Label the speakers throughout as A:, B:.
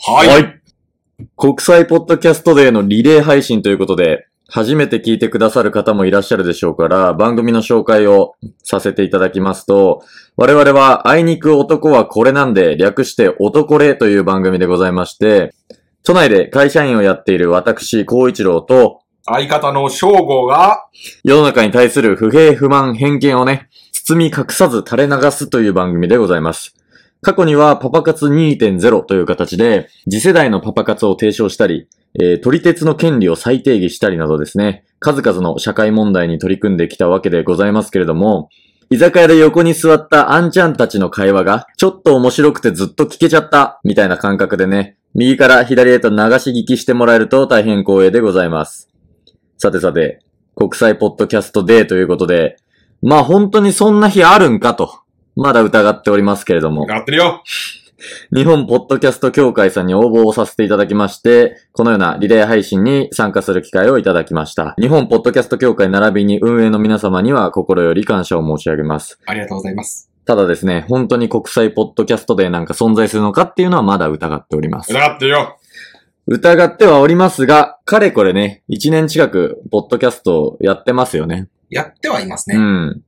A: はい。
B: い。国際ポッドキャストデーのリレー配信ということで、初めて聞いてくださる方もいらっしゃるでしょうから、番組の紹介をさせていただきますと、我々は、あいにく男はこれなんで、略して男れという番組でございまして、都内で会社員をやっている私、光一郎と、
A: 相方の翔吾が、
B: 世の中に対する不平不満偏見をね、包み隠さず垂れ流すという番組でございます。過去にはパパ活2.0という形で、次世代のパパ活を提唱したり、えー、取り鉄の権利を再定義したりなどですね、数々の社会問題に取り組んできたわけでございますけれども、居酒屋で横に座ったあんちゃんたちの会話が、ちょっと面白くてずっと聞けちゃった、みたいな感覚でね、右から左へと流し聞きしてもらえると大変光栄でございます。さてさて、国際ポッドキャストデーということで、まあ本当にそんな日あるんかと、まだ疑っておりますけれども、
A: やってるよ。
B: 日本ポッドキャスト協会さんに応募をさせていただきまして、このようなリレー配信に参加する機会をいただきました。日本ポッドキャスト協会並びに運営の皆様には心より感謝を申し上げます。
A: ありがとうございます。
B: ただですね、本当に国際ポッドキャストデーなんか存在するのかっていうのはまだ疑っております。
A: やってるよ。
B: 疑ってはおりますが、かれこれね、1年近くポッドキャストをやってますよね。
A: やってはいます
B: う
A: ね。
B: ん。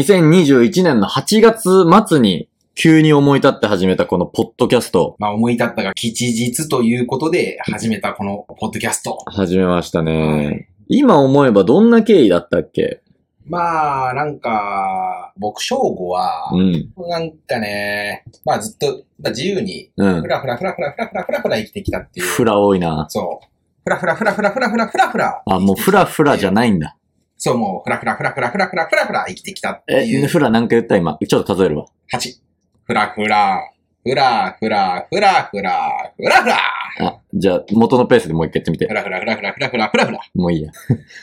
B: 2021年の8月末に急に思い立って始めたこのポッドキャスト
A: まあ思い立ったが吉日ということで始めたこのポッドキャスト。
B: 始めました
A: は
B: ね。
A: い
B: 今思えばどんな経緯だったっけ
A: まあ、なんか、僕、正吾は、
B: うん。
A: なんかね、まあずっと、まあ、自由に、
B: うん
A: ふ。らふらふらふらふらふらふらふら生きてきたっていう。
B: ふら多いな。
A: そう。ふらふらふらふらふらふらふらふら。
B: あ、もうふらふらじゃないんだ。
A: そう、もう、ふらふらふらふらふらふらふらふら生きてきたってい
B: え、
A: う。
B: ふらなんか言った今。ちょっと数えるわ。
A: 8。ふらふら、ふらふら、ふらふら、ふらふら。
B: あ、じゃあ元のペースでもう一回やってみ
A: ふ
B: て。
A: らふらふらふらふらふらふらふら、
B: もういいや。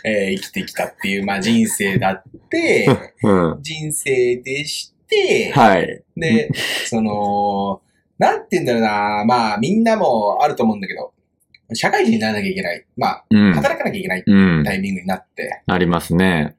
A: えー生きてきたっていう、まあ人生だって、
B: うん。
A: 人生でして、
B: はい。
A: で、その、なんて言うんだろうな、まあみんなもあると思うんだけど、社会人にならなきゃいけない。まあ、
B: うん。
A: 働かなきゃいけない
B: うん。
A: タイミングになって、
B: ありますね。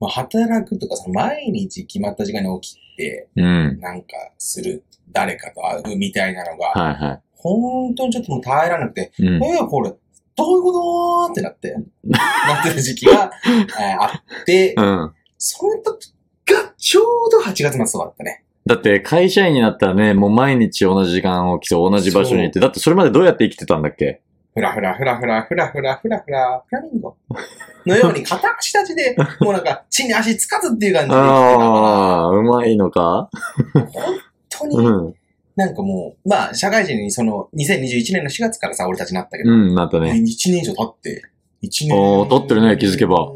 A: まあ、働くとかさ、毎日決まった時間に起きて、
B: うん。
A: なんかする、誰かと会うみたいなのが、
B: はいは
A: 本当にちょっともう耐えられなくて、
B: い。うん。
A: えーこれ、どういうことってなって、なってる時期 が、えーあって
B: う、ん。
A: その時がちょうど8月末とかだったね。
B: だって会社員になったらね、もう毎日同じ時間を起きて同じ場所に行って、だってそれまでどうやって生きてたんだっけ
A: ふらふらふらふらふらふらふらふら、フラミンゴ。のように片足立ち で、もうなんか地に足つかずっていう感じで生
B: ああ、うまいのか
A: きてたから、本当
B: う
A: に
B: ん。
A: なんかもう、まあ社会人にその2021年の4月からさ、俺たちなったけど、
B: うん、なった
A: 1
B: ね。
A: 年以上経って、1年。
B: おー経ってるね気づけば。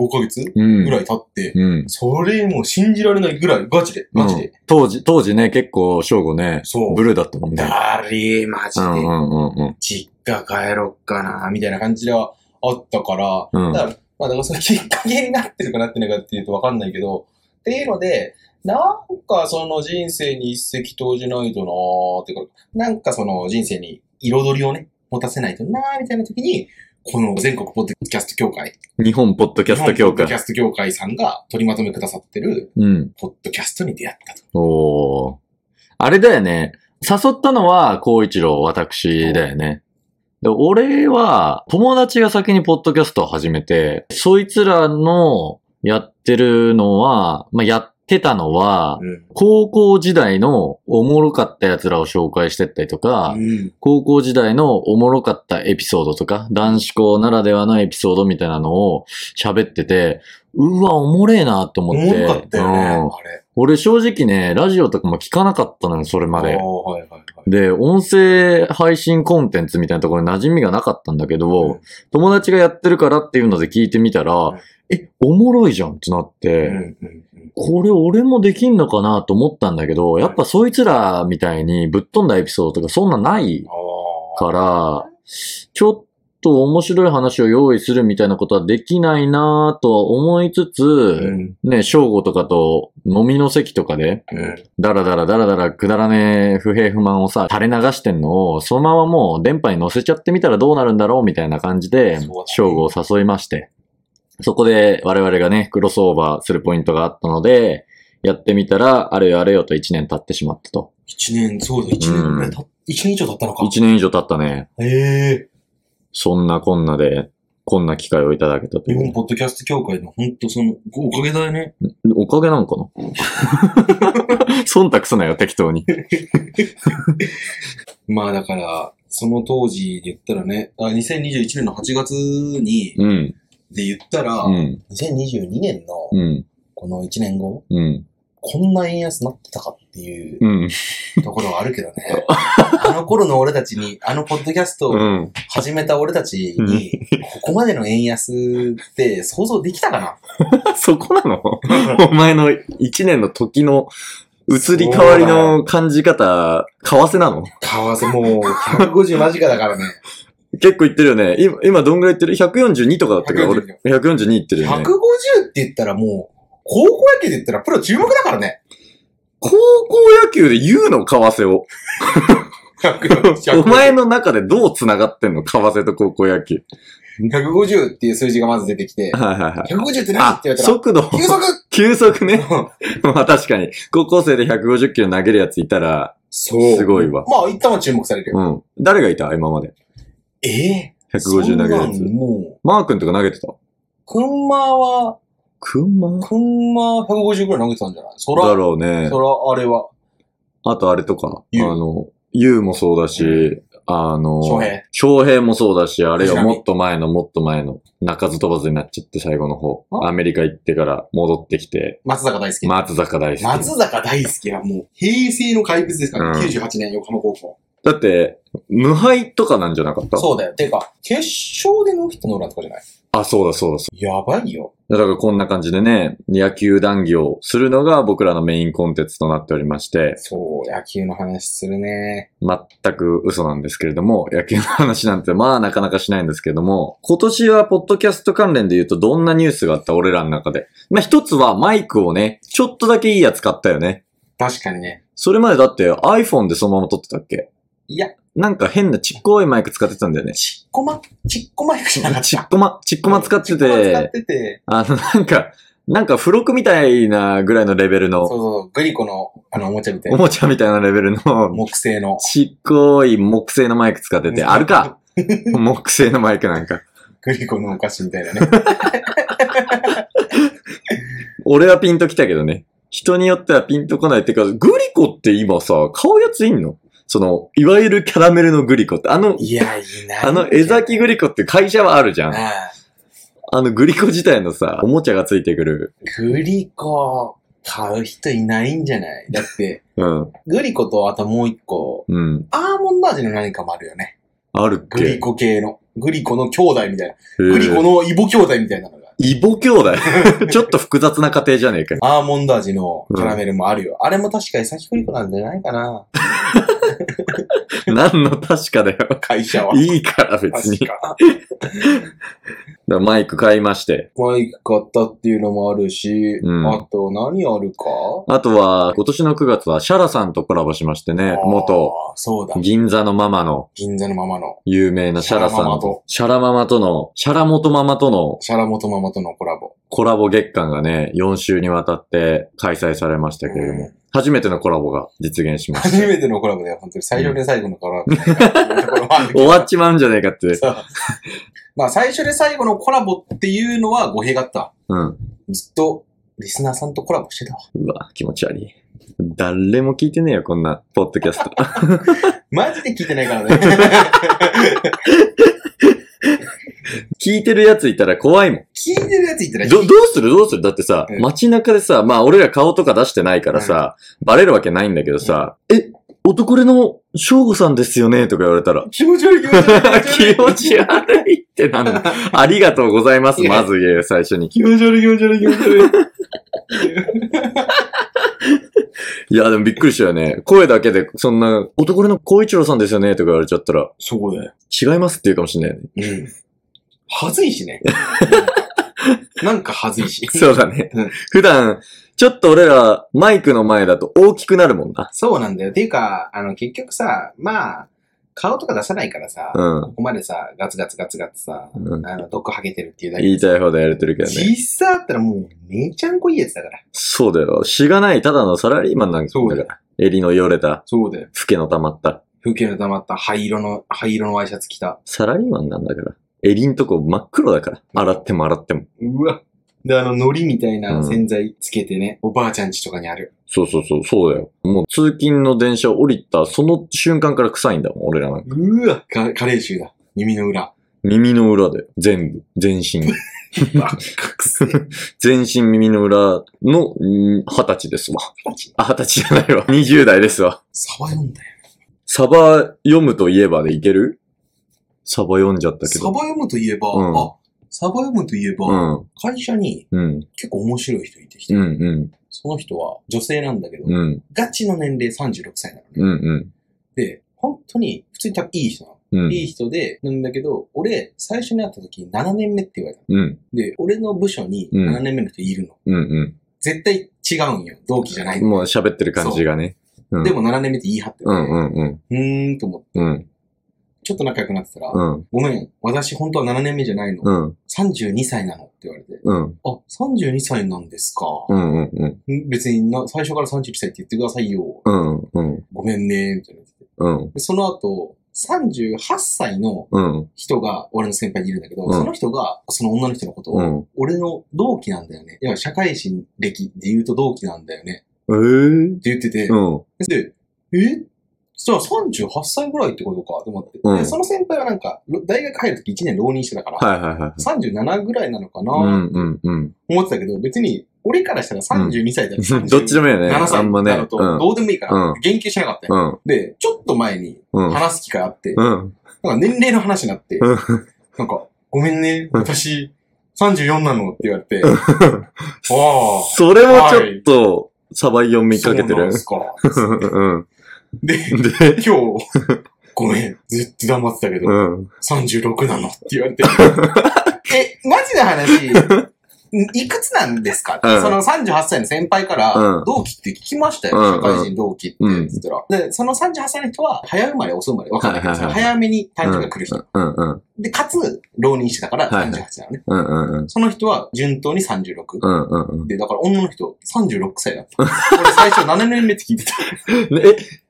A: 5ヶ月
B: う
A: ぐら
B: ん。
A: い経って、
B: うん。
A: それもう信じられないぐらい、ガチで、マジで。
B: うん当時、当時ね、結構、正吾ね、
A: そう。
B: ブルーだったもんね。
A: だりー、マジ
B: う
A: で。
B: んうんうん
A: 実家帰ろっかな、みたいな感じではあったから、
B: うん。うん
A: だ。から、まあ、だからそれきっかけになってるかなってないかっていうとわかんないけど、っていうので、なんかその人生に一石投じないとなーっていうか、なんかその人生に彩りをね、持たせないとなーみたいな時に、この全国ポッドキャスト協会、
B: 日本ポッドキャスト
A: 日本
B: 協
A: ポッドキ
B: 会。
A: ャスト協会さんが取りまとめくださってる、
B: うん。
A: ポッドキャストに出会ったと。
B: おー。あれだよね。誘ったのは、孝一郎、私だよね。で俺は、友達が先にポッドキャストを始めて、そいつらのやってるのは、まあ、やってたのは、
A: うん。
B: 高校時代のおもろかった奴らを紹介してったりとか、
A: うん。
B: 高校時代のおもろかったエピソードとか、男子校ならではのエピソードみたいなのを喋ってて、うわ、おもれえなと思って。
A: 重かったよね、
B: うん
A: あれ。
B: 俺正直ね、ラジオとかも聞かなかったのよ、それまで
A: あー。はいはいはい。
B: で、音声配信コンテンツみたいなところに馴染みがなかったんだけど、
A: うん
B: 友達がやってるからっていうので聞いてみたら、
A: うん
B: え、おもろいじゃんってなって、
A: うんうんうん
B: これ俺もできんのかなと思ったんだけど、やっぱそいつらみたいにぶっ飛んだエピソードとかそんなない
A: あ
B: から、ちょっと面白い話を用意するみたいなことはできないなぁとは思いつつ、
A: ーうん
B: ね、正午とかと飲みの席とかで、
A: うん
B: だらだらだらだらくだらねえ不平不満をさ、垂れ流してんのを、そのままもう電波に乗せちゃってみたらどうなるんだろうみたいな感じで
A: そうだね、
B: 正午を誘いまして、そこで我々がね、クロスオーバーするポイントがあったので、やってみたら、あれよあれよと1年経ってしまったと。
A: 一年、そうだ、一年ぐらいた、一年以上経ったのか。
B: 1年以上経ったね。
A: ええ
B: そんなこんなで、こんな機会をいただけたと
A: 日
B: い
A: 本
B: う。
A: ポッドキャスト協会の、ほんとその、おかげだよね。
B: おかげなのかな 忖度すなよ、適当に。
A: まあだから、その当時で言ったらね、あ2021年の8月に、
B: うん。
A: で言ったら、
B: うん。
A: 2022年の
B: うん。
A: この1年後、
B: うん。
A: こんな円安なってたかっていう
B: うん。
A: ところはあるけどね。あの頃の俺たちに、あのポッドキャストを
B: うん。
A: 始めた俺たちに、ここまでの円安って想像できたか
B: そこなの
A: な
B: お前の1年の時の移り変わりの感じ方、 為替なの
A: 為替もう150間近だからね。
B: 結構いってるよね。今、今どんぐらいいってる ?142 とかだったから、俺。142いってるよね。
A: 150って言ったらもう、高校野球で言ったらプロ注目だからね。
B: 高校野球で言うの、為替を。お前の中でどう繋がってんの為替と高校野球。
A: 150っていう数字がまず出てきて、
B: はいはいはい。
A: 150って何っ
B: あ
A: て言われ、たら、
B: 速度。
A: 急速
B: 急速ね。 まあ確かに。高校生で150キロ投げるやついたら、
A: そう。
B: すごいわ
A: まあ、一旦は注目されるよ。
B: うん。誰がいた今まで。
A: ええ
B: 150投げるや
A: そんなん
B: つ。
A: もう、
B: マー君とか投げてた
A: くんまは、
B: くんま
A: くんま150ぐらい投げてたんじゃないそら、
B: だろうね。
A: そら、あれは、
B: あとあれとか、あ
A: ユウ
B: の、ユウもそうだし、あの、
A: 翔平。
B: 翔平もそうだし、あれよ、
A: 藤波
B: もっと前のもっと前の、鳴かず飛ばずになっちゃって最後の方、
A: あ
B: アメリカ行ってから戻ってきて、
A: 松坂大輔。
B: 松坂大輔。
A: 松坂大輔はもう、平成の怪物ですから、
B: うん
A: 98年横浜高校。
B: だって、無敗とかなんじゃなかった
A: そうだよ。てか、決勝でノーヒットノーランとかじゃない
B: あ、そうだそうだそ
A: やばいよ。
B: うだ。だからこんな感じでね、野球談義をするのが僕らのメインコンテンツとなっておりまして、
A: そう、野球の話するね。
B: 全く嘘なんですけれども、野球の話なんてまあなかなかしないんですけれども、今年はポッドキャスト関連で言うとどんなニュースがあった俺らの中で。まあ一つはマイクをね、ちょっとだけいいやつ買ったよね。
A: 確かにね。
B: それまでだって iPhone でそのまま撮ってたっけ
A: いや、
B: なんか変なちっこいマイク使ってたんだよね。
A: ちっこま、ちっこまいじゃなかった。
B: ちっこま、ちっこま使って、
A: ちっこま使っててて、
B: あのなんか、なんか付録みたいなぐらいのレベル
A: そうそ
B: の、
A: うそう、グリコの、あの、おもちゃみたい
B: お
A: な、
B: もちゃみたいなレベルの、
A: 木製の。
B: ちっこい木製のマイク使ってて、あ るか木製のマイクなんか。
A: グリコのお菓子みたいなね。
B: 俺はピンときたけどね。人によってはピンとこないっていうか、グリコって今さ、買うやついんのその、いわゆるキャラメルのグリコって、あの、
A: いや、いいな。
B: あの江崎グリコって会社はあるじゃん。
A: ああ
B: あのグリコ自体のさ、おもちゃがついてくる。
A: グリコ、買う人いないんじゃないだって、
B: うん。
A: グリコとあともう一個、
B: うん。
A: アーモンド味の何かもあるよね。
B: あるっけ
A: グリコ系の。グリコの兄弟みたいな。グ
B: グ
A: リコ。のイボ兄弟みたいなのが。
B: イボ兄 弟ちょっと複雑な家庭じゃねえかよ。
A: アーモンド味のキャラメルもあるよ。あれも確か江崎グリコなんじゃないかな。
B: 何の確かだよ。
A: 会社は。
B: いいから別に。
A: 確
B: だか
A: か。
B: らマイク買いまして。
A: マイク買ったっていうのもあるし、
B: うん
A: あと何あるか
B: あとは、今年の9月はシャラさんとコラボしましてね、元、。
A: あーそうだ。
B: 銀座のママの
A: 銀座のままの、
B: 有名なシャラさんと、シャラママとの、シャラモトママとの
A: シャラモトママとのコラボ。
B: コラボ月間がね、4週にわたって開催されましたけれども、
A: うん
B: 初めてのコラボが実現しま
A: 初
B: した。
A: めてのコラボだよ、本当に。最初で最後のコラボみたい なところもあるけど。
B: 終わっちまうんじゃねえかって。
A: そうまあ、最初で最後のコラボっていうのは語弊があった。
B: うん。
A: ずっと、リスナーさんとコラボしてたわ。
B: うわ、気持ち悪い。誰も聞いてねえよ、こんな、ポッドキャ スト。
A: マジで聞いてないからね。
B: 聞いてるやついたら怖いもん。
A: 聞いてるやつ言ったら、
B: ど、どうするどうするだってさ、
A: うん
B: 街中でさ、まあ俺ら顔とか出してないからさ、バレるわけないんだけどさ、え、男れの翔吾さんですよねとか言われたら、
A: 気持ち悪い気持ち悪い
B: 気持ち悪いってなん だ。ありがとうございます、まず言え、最初に。
A: 気持ち悪い気持ち悪い気持ち悪い。
B: いや、でもびっくりしたよね。声だけで、そんな、男の孝一郎さんですよねとか言われちゃったら、
A: そうだよ。
B: 違いますって言うかもしんないよね。
A: うん。はずいし ね。なんかはずいし。
B: そうだね
A: うん。
B: 普段、ちょっと俺ら、マイクの前だと大きくなるもんな。
A: そうなんだよ。ていうか、あの、結局さ、まあ、顔とか出さないからさ、
B: うん。
A: ここまでさ、ガツガツガツガツさ、
B: うん
A: あの、毒ハゲてるっていうだけ
B: 言いたい放題やれてるけどね。
A: 実際あったらもう、めちゃんこいいやつだから。
B: そうだよ。しがない、ただのサラリーマンなんか
A: そうだ
B: だ
A: よ
B: から。襟のよれた、
A: そうだよ。
B: フケの溜まった。
A: 風景の溜まった灰色の、灰色のワイシャツ着た。
B: サラリーマンなんだから。襟んとこ真っ黒だから。洗っても洗っても。
A: うわ。で、あの、海苔みたいな
B: うん
A: 洗剤つけてね、おばあちゃんちとかにある。
B: そうそうそう、そうだよ。もう通勤の電車降りた、その瞬間から臭いんだもん、俺らなんか。
A: うわ。かカレー臭だ。耳の 裏。
B: 耳の裏で、全部、全身。
A: バカくせえ。
B: 全身耳の裏の、ん二十歳ですわ。あ、二十歳じゃないわ。二十代ですわ。
A: サバ読んだよ。
B: サバ読むといえばでいけるサバ読んじゃったけ
A: サバ
B: ど。
A: 読むといえば、
B: うん
A: あ、サバ読むといえば、
B: うん。
A: 会社に
B: うん。
A: 結構面白い人いてきて、
B: うん。うん。
A: その人は女性なんだけど、
B: うん。
A: ガチの年齢36歳なのね。
B: うん。うん。
A: で、本当に、普通に多分いい人なの。
B: うん。
A: いい人で、なんだけど、俺、最初に会った時に7年目って言われたの。
B: うん。
A: で、俺の部署に7年目の人いるの。
B: うん。
A: 絶対違うんよ。同期じゃない
B: うん。もう喋ってる感じがね。うん。
A: でも7年目って言い張ってる
B: うん。うん。うん。
A: うーんと思って、
B: うん。
A: ちょっと仲良くなってたら、
B: うん。
A: ごめん、私本当は7年目じゃないの。
B: うん。
A: 32歳なのって言われて、
B: うん。
A: あ、32歳なんですか。
B: うん。うん。うん。
A: 別にな、最初から31歳って言ってくださいよ。
B: うん。うん。
A: ごめんね、みたいな。
B: うん。
A: で、その後、38歳の
B: うん。
A: 人が俺の先輩にいるんだけど、
B: うん
A: その人が、その女の人のことを、
B: うん。
A: 俺の同期なんだよね。いや、社会人歴で言うと同期なんだよね。
B: ええー
A: っ。て言ってて、
B: うん。
A: で、えじゃあ38歳ぐらいってことかと思って。
B: うん
A: で、その先輩はなんか、ろ大学入るとき1年浪人してたから、
B: はいはいはい。
A: 37ぐらいなのかな、
B: うん。うん。うん。
A: 思ってたけど、別に、俺からしたら32歳だよ、
B: どっちでもいいよね。
A: 7
B: あ
A: 歳
B: んまね。
A: なのと、
B: うん。
A: どうでもいいから、
B: うん
A: 言及しなかったよ、
B: うん。
A: で、ちょっと前に
B: うん。
A: 話す機会あって、
B: うん。
A: なんか年齢の話になって、
B: うん
A: なんか、ごめんね、
B: うん
A: 私、34なのって言われて、ああ、
B: それもちょっと、サバイを見かけて
A: そうなん
B: る
A: で。すか。
B: うん。
A: で、
B: で、
A: 今日、ごめん、ずっと黙ってたけど、
B: うん。
A: 36なのって言わ れて。え、マジな話、んいくつなんですか、
B: うん
A: その38歳の先輩から、
B: うん
A: 同期って聞きましたよ。
B: うん
A: 社会人同期って
B: うん
A: 言ったら、で、その38歳の人は、早生まれ遅生まれ、わかんないけど、
B: はいはいはい
A: 早めに誕生日が来る人。
B: うんうん。
A: で、かつ、浪人してたから38
B: はい
A: な
B: はい
A: のね。
B: うんうんうん。
A: その人は、順当に36。
B: うんうんうん。
A: で、だから女の人、36歳だった。俺最初7年目って聞いてた。
B: ねえ、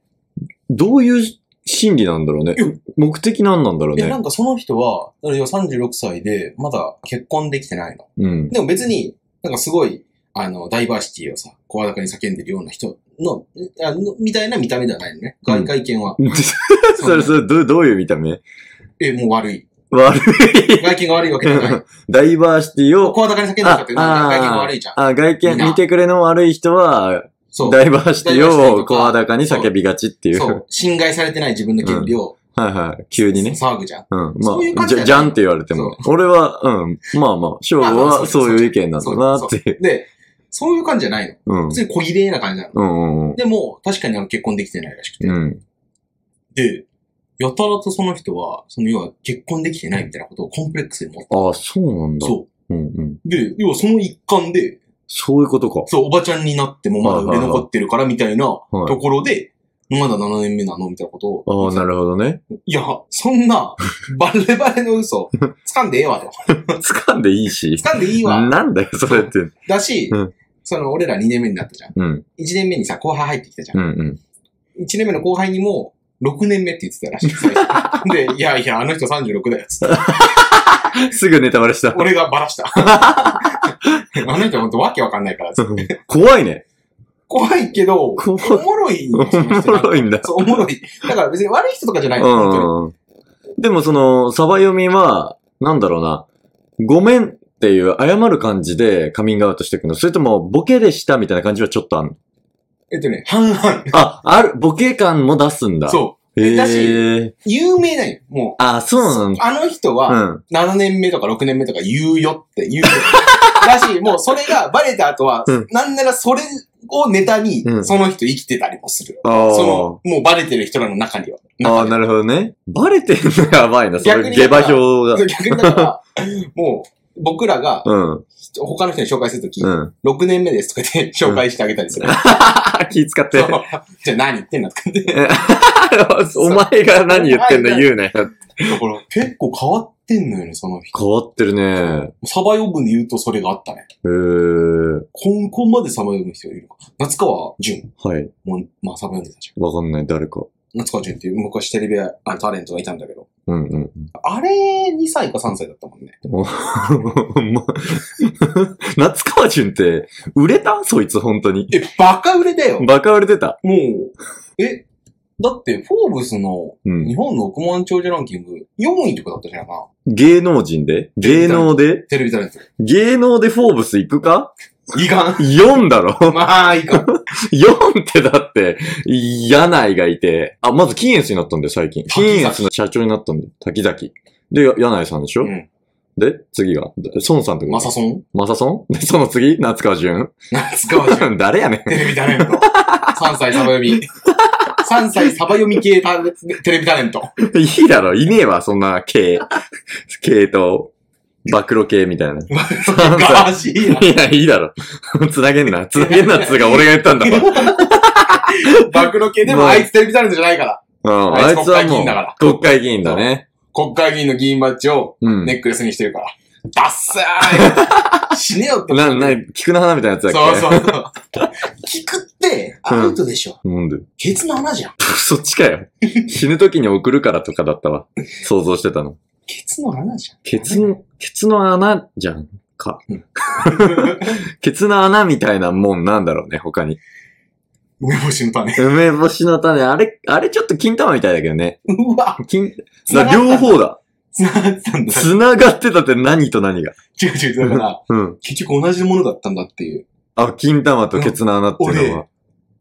B: どういう心理なんだろうね
A: いや。
B: 目的なんなんだろう
A: で、な
B: ね。
A: んかその人は、いや36歳で、まだ結婚できてないの。
B: うん。
A: でも別に、なんかすごい、あの、ダイバーシティをさ、声高に叫んでるような人の、あのみたいな見た目ではないのね。外界見 は。
B: それ、それ、どうどういう見た目
A: え、もう悪い。
B: 悪い。
A: 外見が悪いわけじゃ ない。
B: ダイバーシティを、
A: 声高に叫んでるかっていうのは外見が悪いじゃん。
B: あ、外
A: みんな
B: 見、見てくれの悪い人は、
A: そう。
B: ダイバーシテ
A: ダイバーシティ
B: ィ
A: と
B: を
A: か
B: 声高に叫びがちっていう。
A: そ
B: は
A: う。侵害されてない自分の権利を、
B: い はい。急にね。
A: 騒ぐじゃん。
B: うん。ま
A: そういう
B: あ、
A: 感じ
B: じ
A: だよね
B: ゃ、じゃんって言われても。俺は、うん。まあまあ、翔
A: まあまあ
B: は
A: そう
B: そういう意見なんだなっていう。
A: で、そういう感じじゃないの。
B: うん。
A: 普通に小綺麗な感じなの。
B: うんうん
A: でも、確かにあの結婚できてないらしくて。
B: うん。
A: で、やたらとその人は、その要は結婚できてないみたいなことをコンプレックスで持って
B: ああ、そうなんだ。。
A: そう
B: んうん。
A: う。で、要はその一環で、
B: そういうことか。
A: そう、おばちゃんになってもまだ売れ残ってるからみたいなと
B: はい
A: ころで、まだ7年目なのみたいなこと
B: あ
A: を。
B: あ、なるほどね。
A: いや、そんな、バレバレの 嘘、掴んでええわと。
B: 掴んでいいし。
A: 掴んでいいわ。
B: なんだよ、それって。
A: だし
B: うん、
A: その、俺ら2年目になったじゃん。1
B: うん、
A: 年目にさ、後輩入ってきたじゃ。
B: うんん、
A: 1年目の後輩にも、6年目って言ってたらしい。最初 で、いやいや、あの人36だよ。つって
B: うん。すぐネタバレした。
A: 俺がバラ した。あの人ほんとわけわかんないから。つって
B: 怖いね。
A: 怖いけど、お
B: 怖い
A: もろい。
B: おも ろいんだ。
A: そう、おもろい。だから別に悪い人とかじゃない。本当に
B: うん。でもその、サバ読みは、なんだろうな。ごめんっていう謝る感じでカミングアウトしていくの。それとも、ボケでしたみたいな感じはちょっとあん の。
A: えっとね、半々。
B: あ、ある、ボケ感も出すんだ。う。
A: そ
B: へ
A: だし
B: え。
A: う。有名なんよ、もう。
B: あ、そうなんだ。
A: あの人は、
B: うん。
A: 7年目とか6年目とか言うよって言う。 だし、もうそれがバレた後は
B: うん、
A: なんならそれをネタに
B: う、ん
A: その人生きてたりもする。
B: ああ。
A: その、もうバレてる人らの中には。
B: ああ、なるほどね。バレてんのやばいな、そ
A: 逆
B: れ、
A: に
B: 下馬評が。
A: 逆にだから、もう、僕らが
B: うん。
A: 他の人に紹介するとき、
B: うん。
A: 6年目ですとか言って紹介してあげたりする。
B: あ、気使って
A: そう。じゃあ何言ってんだとかって
B: お前が何言ってんの言うね。
A: だから結構変わってんのよね、その人。
B: 変わってるね。
A: サバ呼ぶで言うとそれがあったね。
B: えー。
A: こん、こんまでサバ呼ぶ人いるのか。夏川淳
B: はい。
A: も、まあサバ呼んでたじゃ
B: わかんない、誰か。
A: ん。夏川淳っていう昔テレビあタレントがいたんだけど。
B: うんうん。
A: あれ、2歳か3歳だったもんね。
B: ま夏川淳って、売れたそいつ、本当に。
A: え、バカ売れだよ。も
B: バカ売れてた。
A: う。え、だって、フォーブスの
B: うん
A: 日。本の億万長者ランキング4位とかだったじゃんかな。
B: 芸能人で芸能で
A: テレビタレント。
B: 芸能でフォーブス行くか
A: いかん。
B: ?4 だろ
A: まあ、いかん。
B: ?4 ってだって、柳井がいて、あ、まず金エスになったんだよ、最近。
A: 滝
B: 金
A: 崎
B: エスの社長になったんだよ、滝崎。で、や柳井さんでしょ、
A: うん
B: で、次が、孫さんってこと
A: マサソン
B: マサソンで、その次夏川淳
A: 夏川淳。
B: 誰やねん。
A: テレビタレント。3歳サバ読み。3歳サバ読み系タテレビタレント。
B: いいだろ、いねえわ、そんな系。系と、暴露系みたいな。
A: ガーシーや。
B: いや、いいだろ。つなげんな。つなげんなっつうか、俺が言ったんだ わ。
A: 暴露系でもあいつテレビタレントじゃないから。
B: うん、
A: あ
B: あ
A: い
B: い
A: つ
B: つは
A: 国会
B: も
A: 議員だから
B: う、国会議員だね。
A: 国会議員の議員バッジを
B: うん。
A: ネックレスにしてるから。ダッサーい 死ねよって。
B: な、な、菊の花みたいなやつだっけ
A: そうそうそう。聞くって、アウトでしょ。
B: なんで
A: ケツの穴じゃん。
B: プそっちかよ。死ぬ時に送るからとかだったわ。想像してたの。
A: ケツの穴じゃん。
B: ケツの、ケツの穴じゃんか
A: うん。
B: ケツの穴みたいなもんなんだろうね、他に。
A: 梅干しの種。
B: 梅干しの種、あれ、あれちょっと金玉みたいだけどね。
A: うわ
B: 金、だ両方だ。
A: 繋がったんだ。
B: 繋がってたって何と何が。
A: 違う違う。だから、
B: うん。
A: 結局同じものだったんだっていう。
B: あ、金玉とケツの穴っていうのは。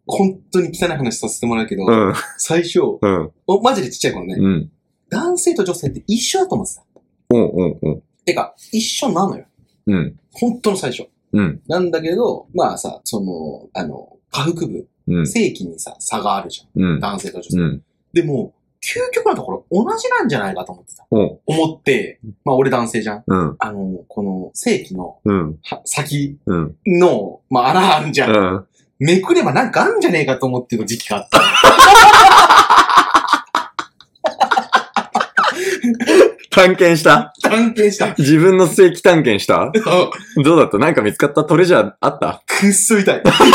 A: 本当に汚い話させてもらうけど、
B: うん、
A: 最初、
B: うん、
A: おマジでちっちゃい頃ね、
B: うん。
A: 男性と女性って一緒だと思ってた。
B: うん、うん、うん。
A: てか、一緒なのよ。
B: うん、
A: 本当の最初。
B: うん、
A: なんだけど、まあさ、その、あの、下腹部、
B: うん、
A: 性器にさ、差があるじゃ
B: うん
A: ん。。男性と女性。
B: うん。
A: でも、究極のところ同じなんじゃないかと思ってた。
B: お
A: 思って、まあ俺男性じゃん。
B: うん、
A: あの、この性器の
B: うん、
A: は先
B: うん。
A: の、まあ穴あるじゃん。
B: うん。
A: めくればなんかあるんじゃねえかと思ってた時期があった。
B: 探検した
A: 探検した。
B: 自分の性器探検した
A: そう
B: どうだったなんか見つかったトレジャーあった
A: くっそ痛い。
B: 学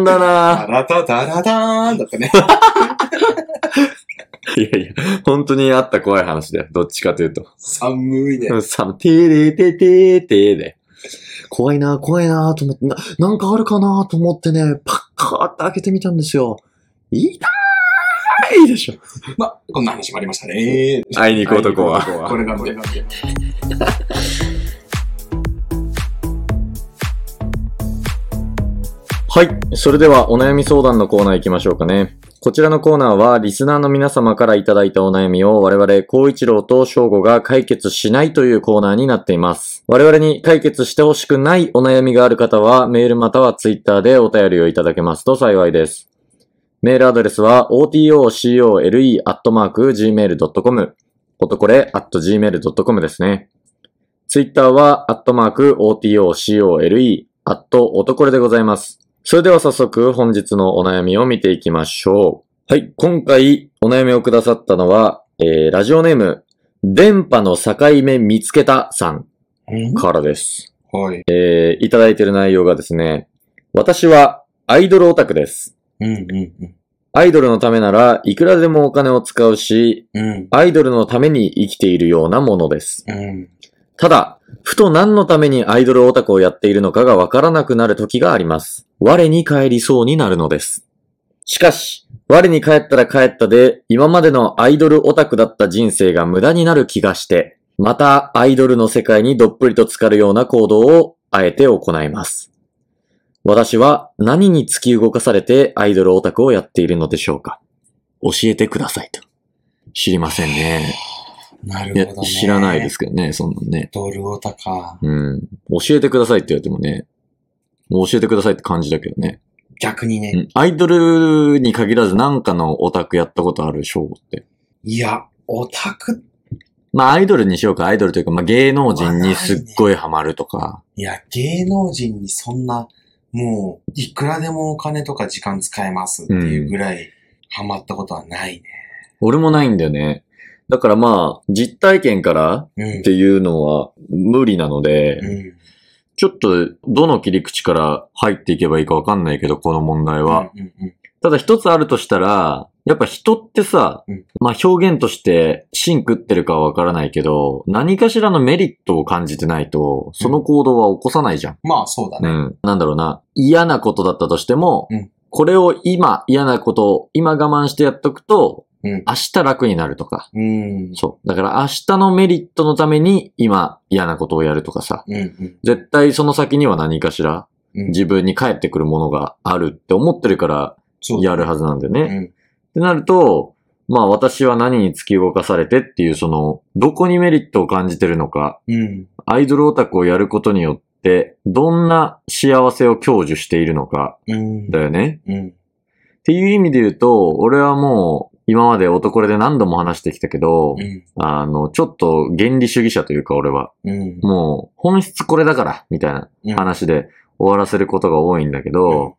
B: んだ
A: あ
B: な
A: らただらだーんだ ったね。
B: ぁ。いやいや、本当にあった怖い話だよ。どっちかというと。
A: 寒いね。
B: うん、さ、てーれーてーてーてーで。怖いな、怖いなと思って、な、なんかあるかなと思ってね、パッカーって開けてみたんですよ。痛いでしょ。
A: ま、こんな話もありましたね。
B: 会いに行く男は。
A: これなんで。
B: はい。それではお悩み相談のコーナー行きましょうかね。こちらのコーナーはリスナーの皆様からいただいたお悩みを我々、光一郎と翔吾が解決しないというコーナーになっています。我々に解決してほしくないお悩みがある方はメールまたはツイッターでお便りをいただけますと幸いです。メールアドレスは otocole.gmail.com 男れ .gmail.com ですね。ツイッターは、アットマーク、otocole、アット、男れでございます。それでは早速本日のお悩みを見ていきましょう。はい、今回お悩みをくださったのは、えー、ラジオネーム、電波の境目見つけたさんからです。
A: はい。
B: えー、いただいている内容がですね、私はアイドルオタクです。
A: うんうん
B: アイドルのためならいくらでもお金を使うし、
A: うん。うん。
B: アイドルのために生きているようなものです。
A: うん。
B: ただ、ふと何のためにアイドルオタクをやっているのかがわからなくなる時があります。我に帰りそうになるのです。しかし、我に帰ったら帰ったで、今までのアイドルオタクだった人生が無駄になる気がして、またアイドルの世界にどっぷりと浸かるような行動をあえて行います。私は何に突き動かされてアイドルオタクをやっているのでしょうか教えてくださいと。知りませんね。
A: なる
B: いや
A: ほど、ね。。
B: 知らないですすけどね、そんなんね。
A: ドルオタか。
B: うん。教えてくださいって言われてもね、もう教えてくださいって感じだけどね。
A: 逆に
B: う
A: ね。
B: ん。アイドルに限らずなんかのオタクやったことある、ショって。
A: いや、オタク
B: まあアイドルにしようか、アイドルというか、まあ芸能人にすっごいハマるとか。
A: いや、芸能人にそんな、もう、いくらでもお金とか時間使えますっていうぐらい、ハマったことはないね。
B: 俺もないんだよね。だからまあ、実体験から
A: うん。
B: っていうのは無理なので、
A: うん。
B: ちょっとどの切り口から入っていけばいいかわかんないけど、この問題は。
A: うんうん
B: ただ一つあるとしたら、やっぱ人ってさ、
A: うん
B: まあ表現として芯食ってるかはわからないけど、何かしらのメリットを感じてないと、その行動は起こさないじゃん。
A: まあ、そうだ
B: う
A: ね。
B: ん。なんだろうな。嫌なことだったとしても、
A: うん
B: これを今嫌なことを今我慢してやっとくと、
A: うん。
B: 明日楽になるとか。
A: うん。
B: そう。だから明日のメリットのために今嫌なことをやるとかさ。
A: うんうん。
B: 絶対その先には何かしら
A: うん
B: 自分に返ってくるものがあるって思ってるから
A: そうだ
B: やるはずなんだよ
A: う
B: ね。
A: ん。
B: ってなると、まあ私は何に突き動かされてっていうその、どこにメリットを感じてるのか、
A: うん。
B: アイドルオタクをやることによって、どんな幸せを享受しているのか
A: うん。
B: だよね。
A: うん。
B: っていう意味で言うと、俺はもう今まで男で何度も話してきたけど
A: う、ん。
B: あの、ちょっと原理主義者というか俺は、
A: うん。
B: もう本質これだから、みたいな
A: うん
B: 話で終わらせることが多いんだけど、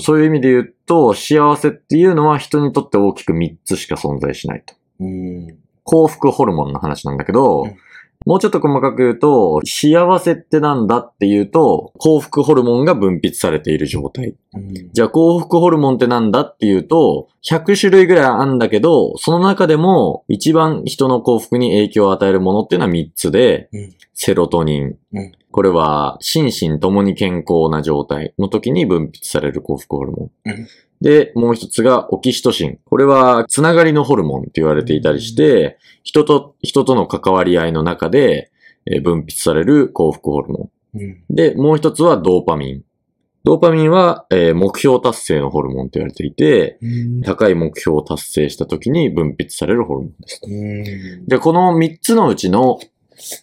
B: そういう意味で言うと、幸せっていうのは人にとって大きく3つしか存在しないと。
A: うん。
B: 幸福ホルモンの話なんだけど、
A: うん
B: もうちょっと細かく言うと、幸せってなんだっていうと、幸福ホルモンが分泌されている状態。
A: うん
B: じゃあ幸福ホルモンってなんだっていうと、100種類ぐらいあるんだけど、その中でも一番人の幸福に影響を与えるものっていうのは3つで、
A: うん
B: セロトニン。
A: うん
B: これは心身ともに健康な状態の時に分泌される幸福ホルモン。
A: うん
B: で、もう一つがオキシトシン。これはつながりのホルモンって言われていたりして、人と、人との関わり合いの中でえー分泌される幸福ホルモン。
A: うん。
B: で、もう一つはドーパミン。ドーパミンは、えー目標達成のホルモンと言われていて、
A: うん。
B: 高い目標を達成した時に分泌されるホルモンです。
A: うん。
B: で、この3つのうちの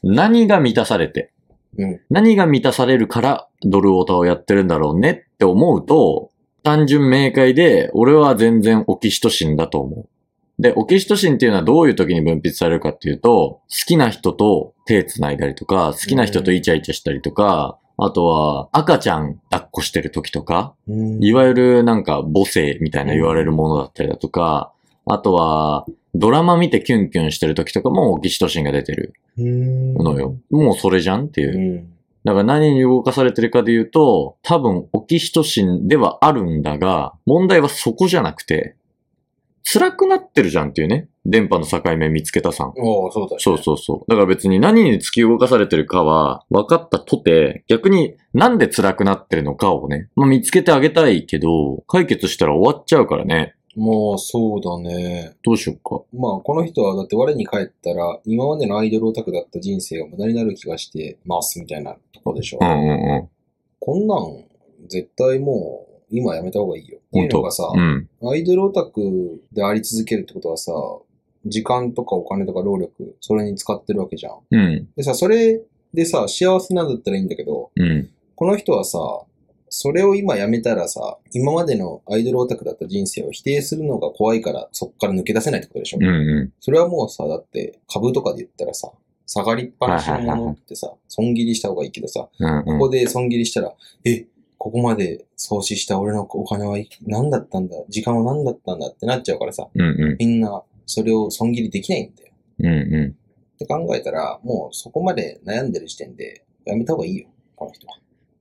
B: 何が満たされて、
A: うん
B: 何が満たされるからドルオタをやってるんだろうねって思うと、単純明快で、俺は全然オキシトシンだと思う。で、オキシトシンっていうのはどういう時に分泌されるかっていうと、好きな人と手繋いだりとか、好きな人とイチャイチャしたりとか、あとは赤ちゃん抱っこしてる時とか、
A: うん
B: いわゆるなんか母性みたいな言われるものだったりだとか、あとは、ドラマ見てキュンキュンしてる時とかもオキシトシンが出てるのよ。。もうそれじゃんっていうう。
A: ん。
B: だから何に動かされてるかで言うと、多分オキシトシンではあるんだが、問題はそこじゃなくて、辛くなってるじゃんっていうね。電波の境目見つけたさん。
A: おーそうだね
B: そうそうそう。だから別に何に突き動かされてるかは分かったとて、逆になんで辛くなってるのかをね、まあ見つけてあげたいけど、解決したら終わっちゃうからね。
A: まあ、そうだね。
B: どうしよう
A: まあ、この人は、だって我に返ったら、今までのアイドルオタクだった人生が無駄になる気がしてますみたいなとこでしょ。
B: か。うんうん
A: こんなん、絶対もう、今やめた方がいいよ。っていうのがさ
B: う、ん。うん。
A: アイドルオタクであり続けるってことはさ、時間とかお金とか労力、それに使ってるわけじゃん。
B: うん。
A: でさ、それでさ、幸せなんだったらいいんだけど、
B: うん。
A: この人はさ、それを今やめたらさ、今までのアイドルオタクだった人生を否定するのが怖いから、そこから抜け出せないってことでしょ、
B: うんう
A: それはもうさ、だって株とかで言ったらさ、下がりっぱなしのものってさ、損切りした方がいいけどさ、
B: ん。うん
A: こ
B: う
A: こ
B: ん。
A: で損切りしたら、え、ここまで創始した俺のお金はい何だったんだ、時間は何だったんだってなっちゃうからさ、
B: うんうん。
A: みんなそれを損切りできないんだよ。
B: うんうん。
A: って考えたら、もうそこまで悩んでる時点でやめた方がいいよ、この人は。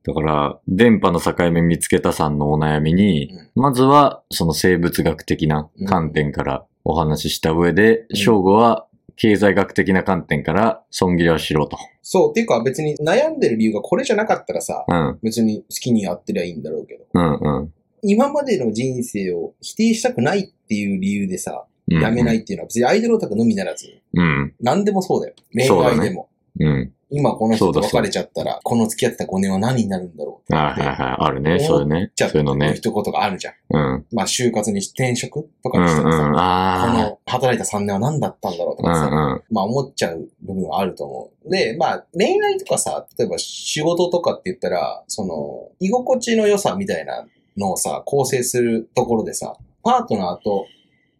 B: だから、電波の境目見つけたさんのお悩みに、
A: うん
B: まずはその生物学的な観点からお話しした上で、
A: ん
B: 正吾は経済学的な観点から損切りはしろと。
A: そう、っていうか別に悩んでる理由がこれじゃなかったらさ、
B: うん。
A: 別に好きにやってりゃいいんだろうけど、
B: うんうん。。
A: 今までの人生を否定したくないっていう理由でさ、やめないいっていうのは別にアイドルオタクのみならず、
B: うん。
A: 何でもそうだよ。恋
B: そうだね
A: 愛でも。
B: うん。
A: 今この人
B: そ
A: と
B: うだそう
A: 別
B: だ
A: れちゃったら、この付き合ってた5年は何になるんだろうって
B: はいはいはい。あるね。
A: 思っ
B: そういうね。
A: ちゃ
B: そう
A: って
B: いうのね。
A: 一言があるじゃん。
B: うん。うん
A: まあ就活に転職と
B: う
A: か
B: ん。
A: にしたらさ、こ
B: あ
A: の働いた3年は何だったんだろうと
B: あ。う
A: かさ、
B: んうん。
A: まあ思っちゃう部分はあると思う。で、まあ恋愛とかさ、例えば仕事とかって言ったら、その居心地の良さみたいなのをさ、構成するところでさ、パートナーと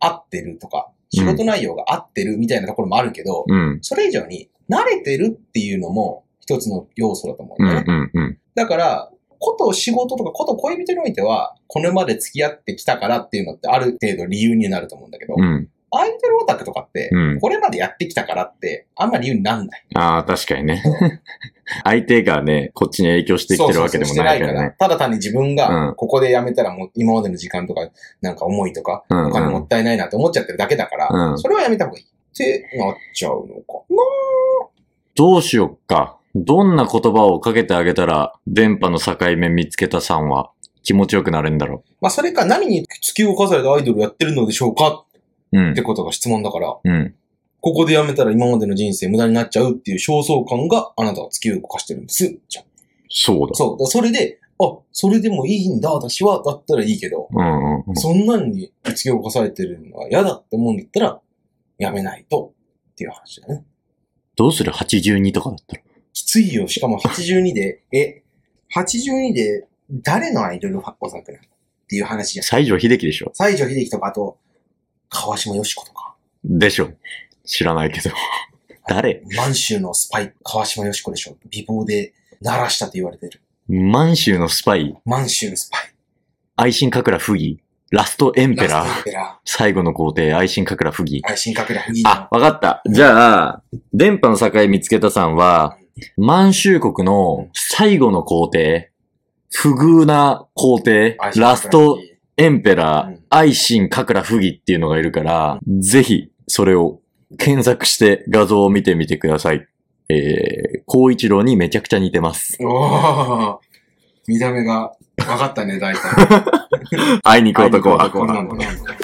A: 会ってるとか、仕事内容が合ってるみたいなところもあるけど、
B: うん。
A: それ以上に慣れてるっていうのも一つの要素だと思う
B: うん
A: だ
B: ん
A: よね。
B: うんうん。
A: だから、こと仕事とかこと恋人においては、これまで付き合ってきたからっていうのってある程度理由になると思うんだけど、
B: うん。
A: アイドルオタクとかって、
B: うん
A: これまでやってきたからって、あんまり理由になんない。
B: ああ、確 かにね。相手がね、こっちに影響してきてるわけでもないからね。
A: ただ単に自分
B: う
A: が、
B: ん
A: ここでやめたらもう今までの時間とか、なんか思いとか、
B: うん
A: お金も
B: う
A: っ。たいないなって思っちゃってるだけだから、
B: うん
A: それはやめた方がいい。ってなっちゃうのか
B: どうしよっか。どんな言葉をかけてあげたら、電波の境目見つけたさんは気持ちよくなれるんだろ
A: まあ、それか何に突き動かされたアイドルやってるのでしょうか
B: う。う
A: っ
B: ん
A: て。ことが質問だから、
B: うん。
A: ここでやめたら今までの人生無駄になっちゃうっていう焦燥感があなたを突き動かしてるんです。じゃあ
B: そうだ。
A: そう。だからそれで、あ、それでもいいんだ、私は、だったらいいけど、
B: うんうんうん。
A: そんなんに突き動かされてるのは嫌だって思うんだったら、やめないと、っていう話だね。
B: どうする ?82 とかだったら。
A: きついよ。しかも82で、え、82で誰のアイドルオタクなのっていう話じゃん。
B: 西城秀樹でしょ
A: 西城秀樹とか、あと、川島よし子とか、
B: でしょ。知らないけど。誰
A: 満州のスパイ、川島よし子でしょ。美貌で鳴らしたと言われてる。
B: 満州のスパイ、
A: 満州のスパイ。
B: 愛新覚羅不義、ラストエンペラー、
A: ペラ
B: 最後の皇帝、愛新覚羅不義。
A: ー。愛新覚羅不義
B: あ
A: の、
B: わかった。じゃあ、電波の境見つけたさんは、満州国の最後の皇帝、不遇な皇帝、
A: 愛新
B: ラス
A: 覚羅不
B: ト
A: 義
B: エンペラ
A: う
B: ー
A: ん、
B: 愛新覚羅不義っていうのがいるから、ぜひ、それを検索して画像を見てみてください。えー、孝一郎にめちゃくちゃ似てます。
A: おー見た目が分かったね、大体。
B: 会いに行く男は。
A: こんなのなんだ